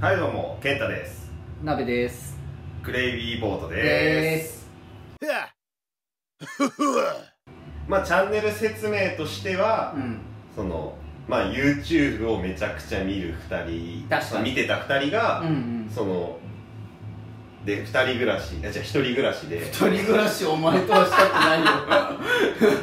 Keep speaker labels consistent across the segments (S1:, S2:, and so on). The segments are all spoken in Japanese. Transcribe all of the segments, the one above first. S1: はいどうも健太です
S2: 鍋です
S1: クレイビーボート
S2: で
S1: です
S2: す
S1: まあチャンネル説明としては、
S2: うん
S1: そのまあ YouTube をめちゃくちゃ見る2人
S2: 確かに
S1: まあ見てた2人
S2: う
S1: が、
S2: ん
S1: そので2人暮らしあじゃあ1人暮らしで
S2: 一人暮らしお前とはしたく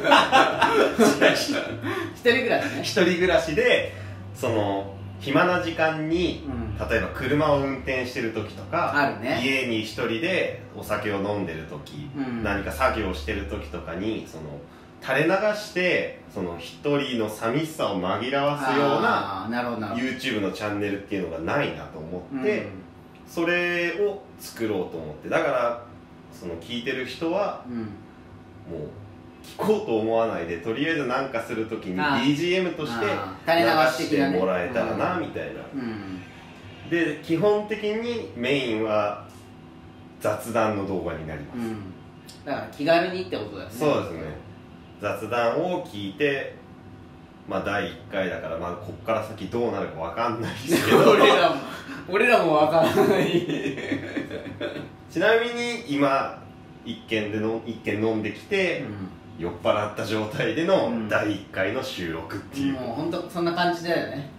S2: ないよ 一人暮らしね
S1: 一人暮らしでその暇な時間に
S2: うん
S1: 例えば車を運転してる時とか
S2: あるね
S1: 家に一人でお酒を飲んでる時、
S2: うん
S1: 何か作業してる時とかにその垂れ流してその一人の寂しさを紛らわすような
S2: あーなるほどなる
S1: YouTube のチャンネルっていうのがないなと思
S2: ほど
S1: って、それを作ろうと思ってだからその聞いてる人は
S2: うんうん
S1: もう聞こうと思わないでとりあえず何かする時に
S2: あー
S1: BGM として
S2: あ
S1: 流
S2: ー垂れ流し
S1: し
S2: 的な
S1: て
S2: ね
S1: もらえたらなみたいな、
S2: うん
S1: で基本的にメインは雑談の動画になりま
S2: う
S1: す、
S2: んだから気軽にってことだよね
S1: そうですね雑談を聞いてまあ第1回だからまあこっから先どうなるかわかんないですけ ど
S2: 俺らも俺らもわからない
S1: ちなみに今一軒での一軒飲んできて、酔っ払った状態で
S2: う
S1: の
S2: ん
S1: 第1回の収録っていう、
S2: もう本当そんな感じだよね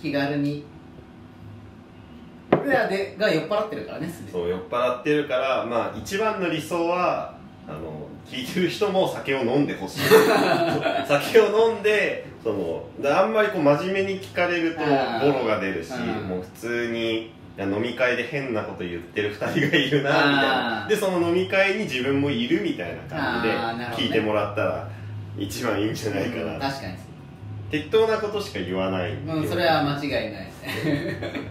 S2: 気軽に俺らでが酔っ払ってるからねすでに
S1: そう酔っ払ってるからまあ一番の理想はあの聞いてる人も酒を飲んで ほしい酒を飲んでそのであんまりこう真面目に聞かれると
S2: あー
S1: ボロが出るし
S2: うん
S1: もう普通にいや飲み会で変なこと言ってる2人がいるなみたい
S2: あ
S1: な
S2: ー
S1: でその飲み会に自分もいるみたいな感じで
S2: あーなるほどね
S1: 聞いてもらったら一番いいんじゃないか
S2: うん
S1: な
S2: 確かに
S1: 適当なことしか言わないっていう
S2: うん、それは間 違いないですね。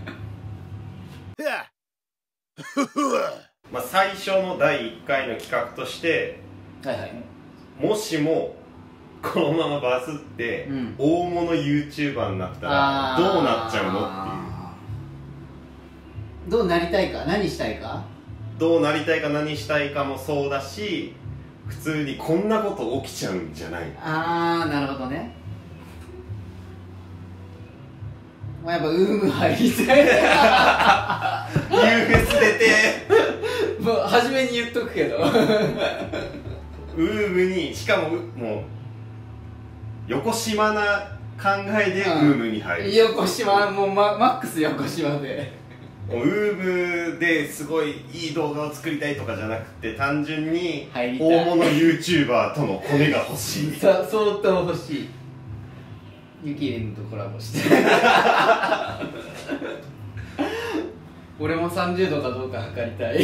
S1: まあ、最初の第1回の企画として
S2: はいはい。
S1: もしもこのままバズって
S2: うん
S1: 大物 YouTuber になったら
S2: あー
S1: どうなっちゃうのっていう
S2: どうなりたいか、何したいか。
S1: どうなりたいか何したいかもそうだし普通にこんなこと起きちゃうんじゃない
S2: あー、なるほどね。まあ、やっぱ、ウーム入りたい。
S1: UFS 出て
S2: もう、初めに言っとくけど。
S1: ウームにしかもうもう横島な考えでウームに入る
S2: 横島、もう、ま、マックス横島で。
S1: もうウームですごいいい動画を作りたいとかじゃなくて単純に
S2: 入りたい
S1: 大物 YouTuber とのコネが欲しい
S2: さ、相当欲しい。ユキリンとコラボ して。俺も30度かどうか測りたい。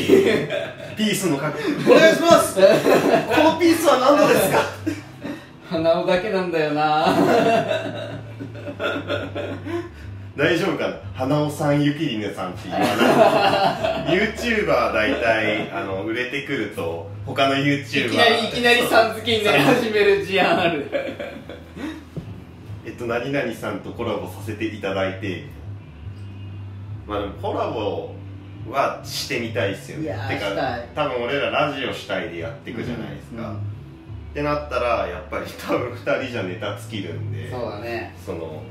S1: ピースの確認お願いしますこのピースは何度ですか
S2: 鼻緒だけなんだよな
S1: 大丈夫かな花尾さんゆきりねさんって言わない YouTuber 大体あの売れてくると他の YouTuber
S2: いきなりいきなりさん付けになり始める事案ある
S1: えっと何々さんとコラボさせていただいてまあでもコラボはしてみたいっすよね
S2: いやー
S1: てか
S2: したい
S1: 多分俺らラジオ主体でやっていくじゃないですか、ってなったらやっぱり多分2人じゃネタ尽きるんで
S2: そうだね
S1: その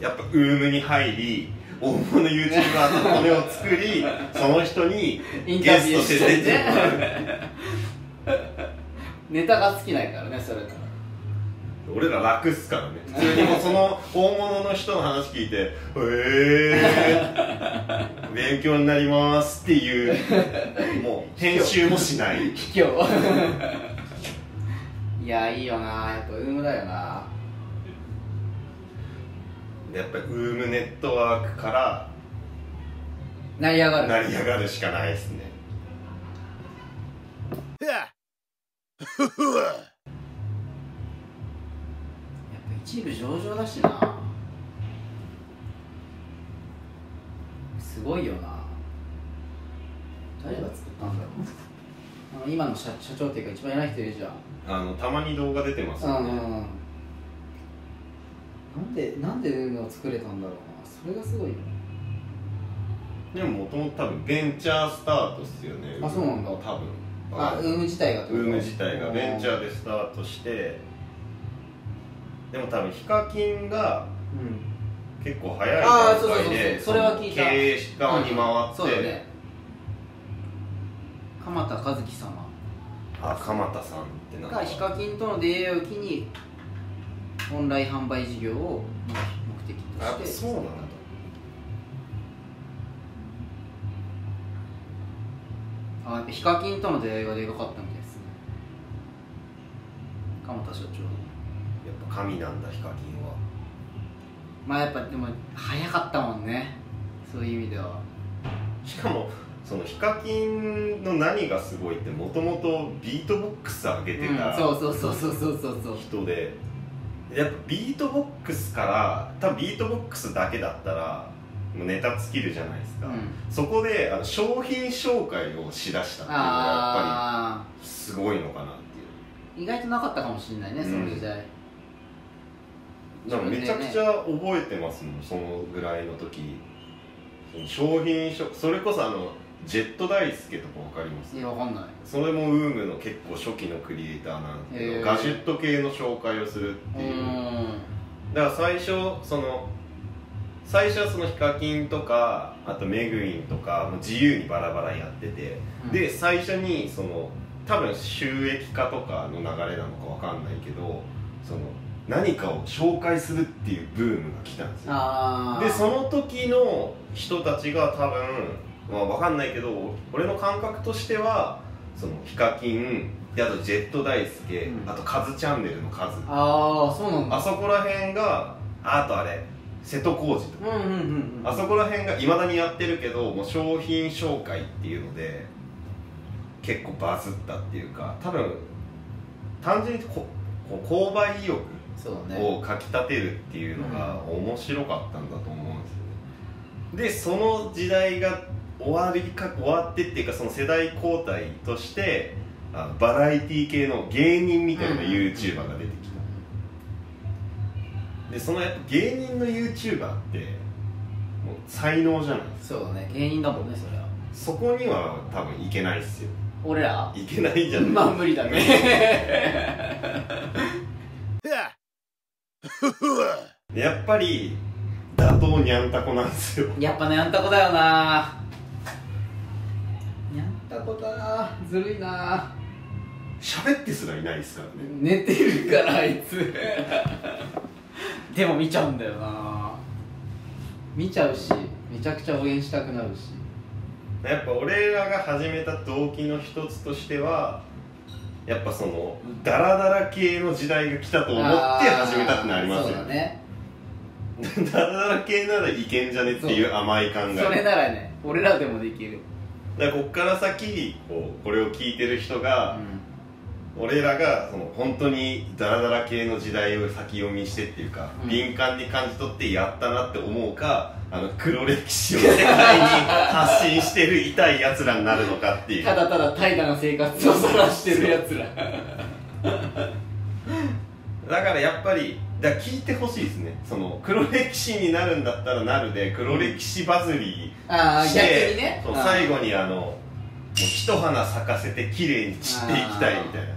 S1: やっぱウームに入り大物 YouTuber と骨を作りその人に
S2: イン
S1: ゲ
S2: タビ
S1: ス
S2: ュー
S1: ト
S2: し
S1: して
S2: た
S1: 出
S2: り
S1: てもらう
S2: ねネタが尽きないからねそれから
S1: 俺ら楽っすからね普通にもうその大物の人の話聞いて「へえー、勉強になります」っていうもう編集もしない
S2: 卑怯 いやいいよなやっぱウームだよな
S1: やっぱりウームネットワークか
S2: 成り上が
S1: ら
S2: る
S1: 成り上がるしかないですね
S2: やっぱ一部上場だしなすごいよな誰が作ったんだろうあの今の社社長っていうか一番偉い人いるじゃん
S1: あのたまに動画出てます
S2: う
S1: よ
S2: んう
S1: ね、
S2: んうんなんでなんで運動を作れたんだろうなそれがすごいよね
S1: でももともと多分ベンチャースタートっすよね
S2: あそうなんだ
S1: 多分
S2: あウーム自体が
S1: ウーム自体がベンチャ
S2: ー
S1: ーでスタートしてでも多分ヒカキンが
S2: うん
S1: 結構早い
S2: あーそう
S1: 段
S2: そうそうそう
S1: 階で
S2: それは聞いた
S1: 経営側に
S2: そう
S1: 回っ
S2: だ
S1: て、
S2: ね鎌田和樹様
S1: あ鎌田さんってなん
S2: が
S1: か
S2: ヒカキンとの出会いを機にオンライン販売事業を目的
S1: あやっ
S2: と
S1: ぱ
S2: し
S1: そ
S2: て
S1: うなんだ
S2: あやっぱヒカキンとの出会いがでかかったみたいですね鎌田社長
S1: やっぱ神なんだヒカキンは
S2: まあやっぱでも早かったもんねそういう意味では
S1: しかもそのヒカキンの何がすごいってもともとビートボックス上げてた、
S2: うんそうそうそうそうそうそうそう
S1: 人でやっぱビートボックスから多分ビートボックスだけだったらもうネタ尽きるじゃないですか、
S2: うん
S1: そこであの商品紹介をしだしたっていうのがやっぱ
S2: あ
S1: りすごいのかなって
S2: ー意外となかったかもしれないね、
S1: うん
S2: その時代
S1: いうなんかめちゃくちゃ覚えてますもんそのぐらいの時その商品紹それこそあのジェット大輔とかわかります
S2: いやわかんない
S1: それもウームの結構初期のクリエイターなんですけ
S2: へー
S1: どガジェット系の紹介をするっ
S2: う
S1: ていう、
S2: ん
S1: だから最初その最初はそのヒカキンとかあとメグインとかもう自由にバラバラやってて、で最初にその多分収益化とかの流れなのかわかんないけどその何かを紹介するっていうブームが来たんですよ
S2: あー
S1: でその時の人たちが多分、まあ、わかんないけど俺の感覚としてはそのヒカキンであとジェット大輔、
S2: うん
S1: あとカズチャンネルのカズ
S2: ああそうなんだ
S1: あそこら辺があとあれ瀬戸康史と
S2: う
S1: か、
S2: んうんうんうん
S1: あそこら辺がいまだにやってるけどもう商品紹介っていうので結構バズったっていうか多分単純にここう購買意欲
S2: そうだね
S1: をかきたてるっていうのが面白かったんだと思うんですよねでその時代が終わりか終わってっていうかその世代交代としてあのバラエティ系の芸人みたいな YouTuber が出てきたでそのやっぱ芸人の YouTuber ってもう才能じゃない
S2: そうだね芸人だもんねそれは
S1: そこには多分いけないっすよ
S2: 俺ら
S1: いけないんじゃない、
S2: まあ無理だね
S1: でやっぱり打倒にゃんたこなんですよ
S2: やっぱねあんたこだよなやったこだなずるいな
S1: 喋ってすらいないですからね
S2: 寝てるからあいつ でも見ちゃうんだよな見ちゃうしめちゃくちゃ応援したくなるし
S1: やっぱ俺らが始めた動機の一つとしてはやっぱそのダラダラ系の時代が来たと思って始めたってのあります
S2: そう
S1: よ
S2: だね
S1: ダラダラ系ならいけんじゃねっていう甘い考え
S2: それならね俺らでもできる
S1: だからこっから先こうこれを聞いてる人が、俺らがその本当にダラダラ系の時代を先読みしてっていうか、
S2: うん
S1: 敏感に感じ取ってやったなって思うかあの黒歴史を世界に発信してる痛いやつらになるのかっていう
S2: ただただ怠惰な生活をさらしてるやつら
S1: だからやっぱりだから聞いてほしいですねその黒歴史になるんだったらなるで黒歴史バズり
S2: ああ
S1: し
S2: 逆
S1: て、
S2: にね
S1: そう
S2: あー
S1: 最後にあのもう一花咲かせて綺麗に散っていきたいみたいな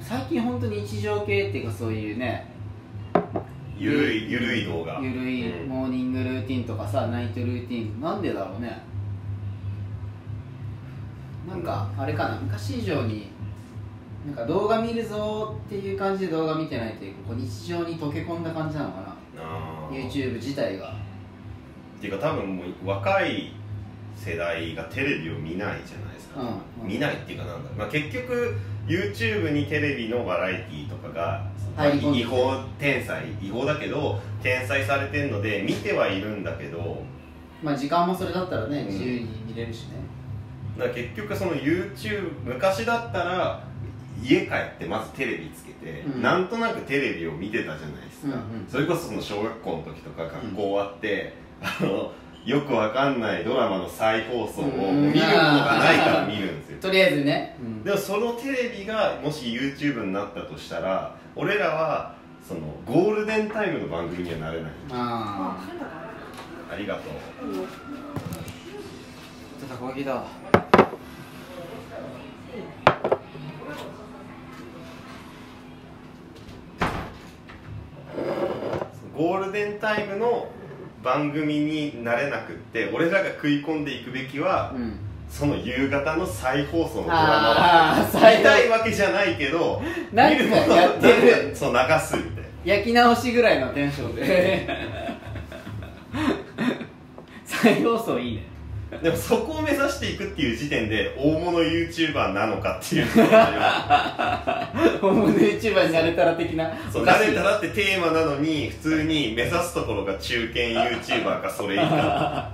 S2: 最近本当に日常系っていうかそういうね
S1: ゆるいゆるい動画
S2: ゆるい
S1: うん
S2: モーニングルーティンとかさナイトルーティンなんでだろうねなんかあれかな昔以上になんか動画見るぞっていう感じで動画見てないというかこう日常に溶け込んだ感じなのかな
S1: あー
S2: YouTube 自体が
S1: っていうか多分もう若い世代がテレビを見ないじゃないですか、
S2: うんうん
S1: 見ないっていうかなんだろう、まあ、結局 YouTube にテレビのバラエティーとかが、
S2: 入り込んで
S1: 違法転載違法だけど転載されてるので見てはいるんだけど
S2: まあ時間もそれだったらね
S1: うん
S2: 自由に見れるしね、
S1: だから結局その YouTube 昔だったら家帰ってまずテレビつけて、
S2: うん
S1: なんとなくテレビを見てたじゃないですか、
S2: うんうん
S1: それこそその小学校の時とか学校終わって、あのよくわかんないドラマの再放送を
S2: うん
S1: 見るものがないから見るんですよ
S2: とりあえずね、うん
S1: でもそのテレビがもし YouTube になったとしたら俺らはそのゴールデンタイムの番組にはなれない
S2: ああ
S1: ありがとう
S2: ちょっとたこ焼きだ
S1: ゴーゴールデンタイムの番組になれなくって俺らが食い込んでいくべきは
S2: うん
S1: その夕方の再放送のドラマを
S2: ああ
S1: 見
S2: 最
S1: たい
S2: 大
S1: わけじゃないけど
S2: なんか
S1: 見るものを
S2: やってる
S1: なんかそう流すみたいな
S2: 焼き直しぐらいのテンションで再放送いいね
S1: でもそこを目指していくっていう時点で大物 YouTuber なのか っていうのがあ
S2: 本物 YouTuber になれたら的な
S1: りますそう
S2: おかし
S1: 慣
S2: い
S1: れたらってテーマなのに普通に目指すところが中堅 YouTuber かそれ以下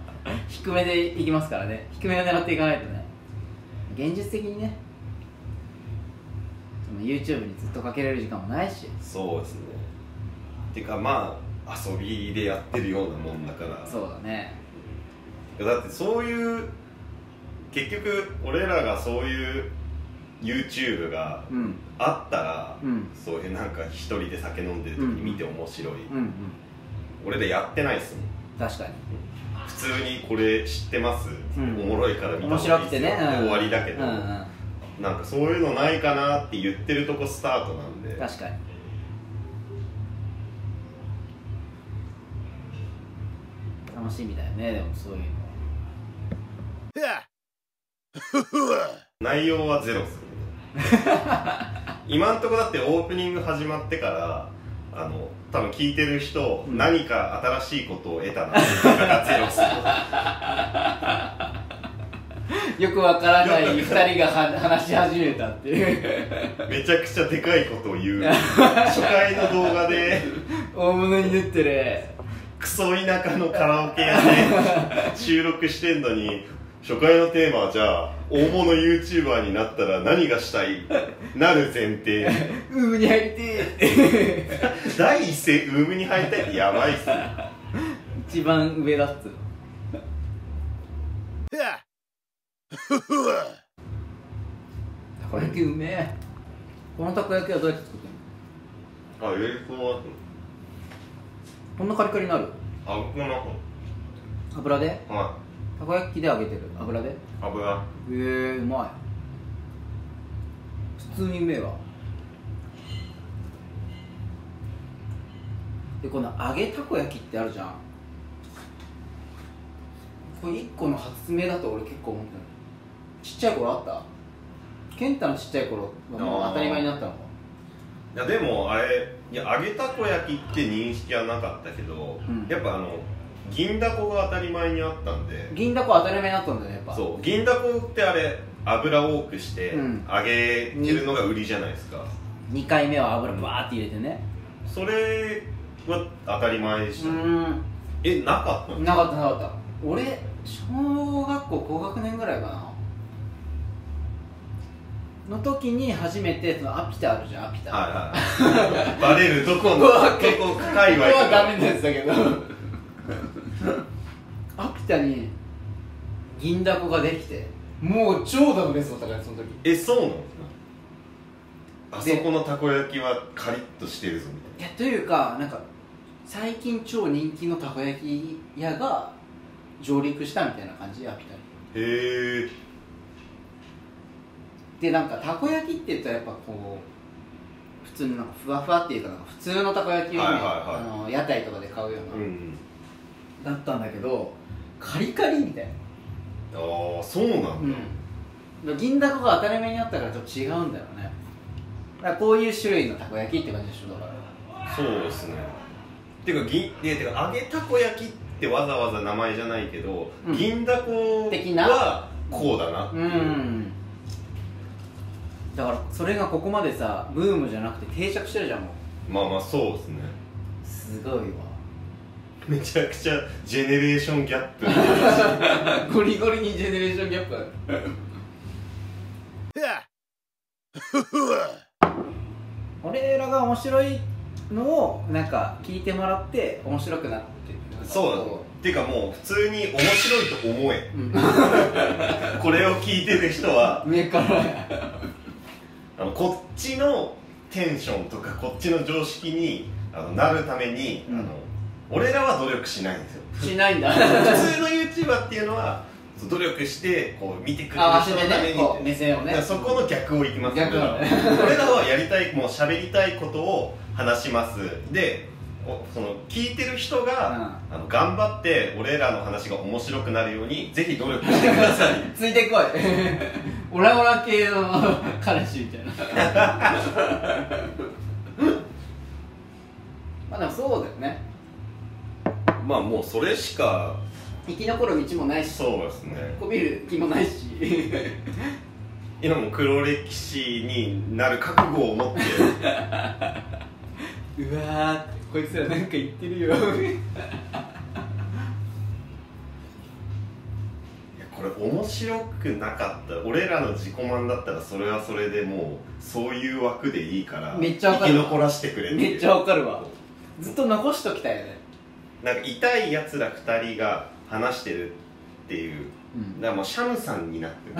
S2: 低めでいきますからね低めを狙っていかないとね現実的にねその YouTube にずっとかけれる時間もないし
S1: そうですねてかまあ遊びでやってるようなもんだから
S2: そうだね
S1: だってそういう結局俺らがそういう YouTube が
S2: うん
S1: あったら、
S2: うん
S1: そういうなんか一人で酒飲んでる時に見て面白い、
S2: うんうん
S1: 俺らやってないっすもん
S2: 確かに
S1: 普通にこれ知ってます、
S2: うん
S1: おもろいから見た
S2: 面
S1: 方
S2: 白
S1: がいい
S2: く
S1: で
S2: て
S1: すよ
S2: ね、
S1: って
S2: うん
S1: 終わりだけど、
S2: うんうん、
S1: なんかそういうのないかなって言ってるとこスタートなんで
S2: 確かに楽しみだよねでもそういうの
S1: 内容はゼロ っすよね今んとこだってオープニング始まってからあの多分聞いてる人、
S2: うん
S1: 何か新しいことを得たなっていうのがゼロっすよ
S2: よくわからない
S1: よ
S2: 2
S1: く
S2: 人がは話し始めたって いう
S1: めちゃくちゃでかいことを 言う初回の動画で
S2: 大物に出てる
S1: クソ田舎のカラオケ屋で収録してんのに初回のテーマはじゃあ大物 YouTuber になったら何がしたいなる前提
S2: ウーに入りてー
S1: 第一声ウームに入りたいってやばいっすよ
S2: 一番上だっつうのたこ焼きうめえこのたこ焼きはどうやって作ってんの
S1: あよりこ
S2: こんなカリカリになる
S1: うあこの
S2: 油で
S1: は
S2: たこ焼きで揚げてる油でへ
S1: い油
S2: えうまい普通にうめえわでこの揚げたこ焼きってあるじゃんこれ1個の発明だと俺結構思ってないちっちゃい頃あった健太のちっちゃい頃はもう当たり前になったのか
S1: いやでもあれいや揚げたこ焼きって認識はなかったけど、
S2: うん
S1: やっぱあの銀だこが当たり前にあったんで
S2: 銀だこ当たり前になったんだよねやっぱ
S1: そう銀だこってあれ油多くして
S2: うん
S1: 揚げてるのが売りじゃないですか、
S2: 2回目は油バーって入れてね
S1: それは当たり前でした、
S2: ん
S1: えなかったの
S2: なかったなかった俺小学校高学年ぐらいかなの時に初めてそのアピタあるじゃんアピタ、
S1: はいはいバレるどこのど
S2: ここは結
S1: こ
S2: こ
S1: 界隈
S2: れは
S1: と
S2: ダ
S1: か
S2: メなやつだけど アピタに銀だこができてもう超ダブレスだったからその時
S1: えそうなのあそ
S2: で
S1: このたこ焼きはカリッとしてるぞみ
S2: いやというかなんか最近超人気のたこ焼き屋が上陸したみたいな感じアピタに
S1: たいなへえ
S2: でなんかたこ焼きって言ったらやっぱこう普通のなんかふわふわっていうかなんか普通のたこ焼きをね、
S1: はいはいはい
S2: あの屋台とかで買うよ
S1: う
S2: うんな、だったんだけどカリカリみたいな、
S1: ああそうなんだ、
S2: うん、だから銀だこが当たり前にあったからちょっと違うんだよねだからこういう種類のたこ焼きって感じでしょだから
S1: そうですねてか銀でてか揚げたこ焼きってわざわざ名前じゃないけど、
S2: うん
S1: 銀だこ
S2: 的な
S1: はこうだなって
S2: う
S1: い
S2: んだからそれがここまでさブームじゃなくて定着してるじゃんもう
S1: まあまあそうですね
S2: すごいわ
S1: めちゃくちゃジェネレーションギャップ
S2: ゴリゴリにジェネレーションギャップある俺らが面白いのをなんか聞いてもらって面白くなって
S1: そうだとてかもう普通に面白いと思え
S2: うん
S1: これを聞いてる人は
S2: 上から
S1: あのこっちのテンションとかこっちの常識にあのなるために、
S2: うん
S1: あの俺らは努力しないんですよ
S2: しないんだ
S1: 普 通の YouTuber っていうのはそう努力してこう見てくれる
S2: 合わせ
S1: 人の
S2: て
S1: ため
S2: ね
S1: に
S2: こう目線を
S1: だ
S2: ね
S1: からそこの逆をいきます
S2: 逆なのね
S1: 俺らは俺らはやりたいもう喋りたいことを話しますでおその聞いてる人が、あの頑張って俺らの話が面白くなるようにぜひ努力してください
S2: ついてこいオラオラ系の彼氏みたい なまあでもそうだよね
S1: まあもうそれしか
S2: 生き残る道もないし
S1: そうですね
S2: こびる気もないし
S1: 今も黒歴史になる覚悟を持って
S2: うわーこいつらなんか言ってるよ
S1: いやこれ面白くなかった俺らの自己満だったらそれはそれでもうそういう枠でいいから
S2: めっちゃわかる
S1: 生き残らせてくれっていう
S2: めっちゃわかるわずっと残しときたいよね
S1: なんか痛いやつら2人が話してるっていうだからもうシャムさんになってる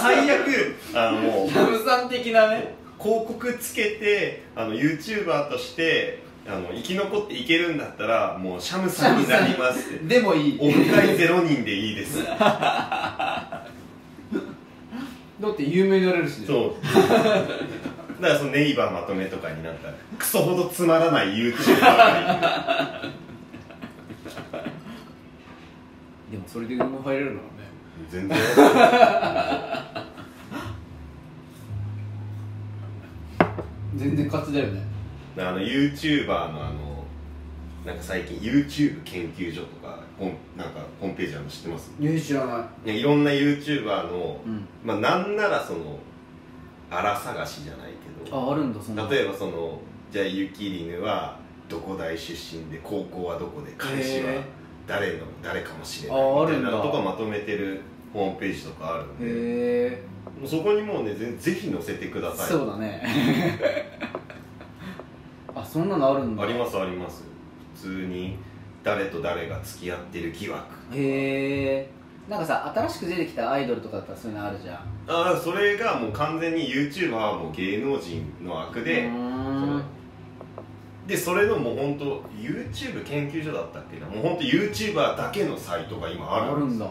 S1: 最悪あのもう
S2: ラムさん的なね
S1: 広告つけてあの YouTuber としてあの生き残っていけるんだったらもうシャムさんになりますって
S2: でもい
S1: オ
S2: い
S1: フ会ゼロ人でいいです
S2: だって有名になれるしね
S1: そうだからそのネイバーまとめとかになったらクソほどつまらない YouTuber が
S2: でもそれで馬入れるのはね
S1: いる全然
S2: 全然勝ちだよね
S1: あの YouTuber のあのなんか最近 YouTube 研究所とかホームなんかホームページあるの知ってます
S2: いや知らない
S1: やいろんな YouTuber の
S2: い、うん、
S1: まあなんならその荒探しじゃないけど
S2: ああるんだそんな
S1: 例えばそのじゃあゆきりぬはどこ大出身で高校はどこで彼氏は
S2: へー
S1: 誰の誰かもしれな
S2: あ
S1: い
S2: あ
S1: み
S2: る
S1: たい
S2: んだ
S1: なのとかまとめてるホームページとかあるんで
S2: へえ
S1: もうそこにもうねぜぜひ載せてください
S2: そうだね あそんなのあるんだ
S1: ありますあります普通に誰と誰が付き合ってる疑惑
S2: へえなんかさ新しく出てきたアイドルとかだったらそういうのあるじゃん
S1: あだからそれがもう完全に YouTuber はもう芸能人の枠で、
S2: う
S1: そ
S2: ー
S1: の
S2: ん
S1: でそれのもう本当 YouTube 研究所だったっけなもう本当 YouTuber だけのサイトが今あ
S2: あ
S1: る
S2: るんだ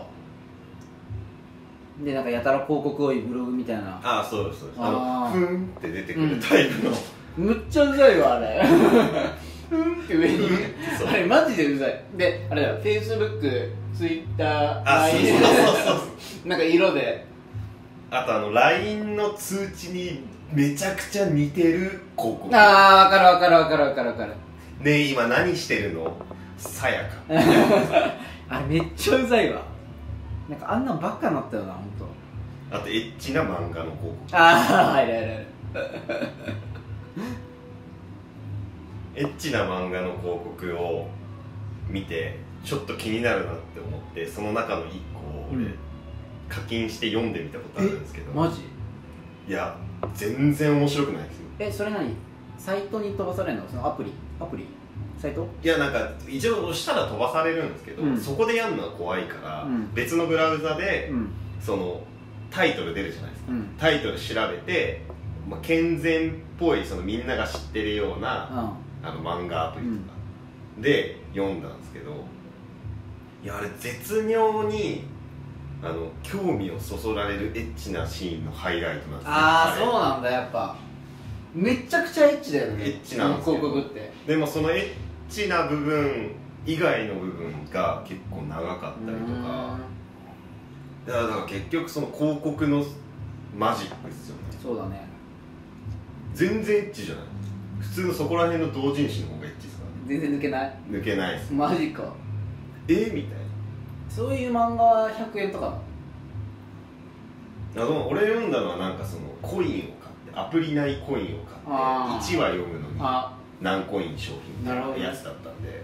S2: でなんかやたら広告多いブログみたいな
S1: ああそうですそうですあ
S2: あー
S1: のふんって出てくるタイプの、
S2: むっちゃうざいわ あれうんって上に
S1: そう
S2: あれマジでうざいであれだよ Facebook、Twitter、
S1: あそうそ
S2: LINE
S1: う そうそう
S2: なんか色で
S1: あとあの LINE の通知にめちゃくちゃ似てる広告
S2: ああ分かる分かる分かる分かる分かる
S1: ねえ今何してるのさやか
S2: あれめっちゃうざいわなんかあんなんばっかなったよな本当。
S1: あとエッチな漫画の広告
S2: ああはいはいはい
S1: エッチな漫画の広告を見てちょっと気になるなって思ってその中の1個を
S2: う
S1: 俺
S2: ん
S1: 課金して読んでみたことあるんですけど、
S2: マジ
S1: いや全然面白くないですよ
S2: えそれ何サイトに飛ばされるのそのアプリアプリサイト
S1: いやなんか一応押したら飛ばされるんですけど、
S2: うん
S1: そこでやるのは怖いから、
S2: うん
S1: 別のブラウザで
S2: うん
S1: そのタイトル出るじゃないですか
S2: うん
S1: タイトル調べて、まあ、健全っぽいそのみんなが知ってるような
S2: あ
S1: あの漫画アプリとかで読んだんですけど、いやあれ絶妙にあの興味をそそられるエッチなシーンのハイライトなんですよ
S2: あーそう
S1: あ
S2: なんだやっぱめちゃくちゃエッチだよね
S1: エッチなんですよ
S2: 広告って
S1: れでもそのエッチな部分以外の部分が結構長かったりとかだからだから結局その広告のマジックですよね
S2: うーんそうだね
S1: 全然エッチじゃない普通のそこら辺の同人誌の方がエッチですか
S2: 全然抜けない
S1: ら抜けないです
S2: マジか
S1: えみたいな
S2: そういう漫画は100円とかなの
S1: あの俺読んだのはなんかそのコインを買ってアプリ内コインを買って
S2: あ
S1: 1
S2: ー
S1: 話読むのに
S2: あ
S1: 何コイン商品みたいなやつだったんで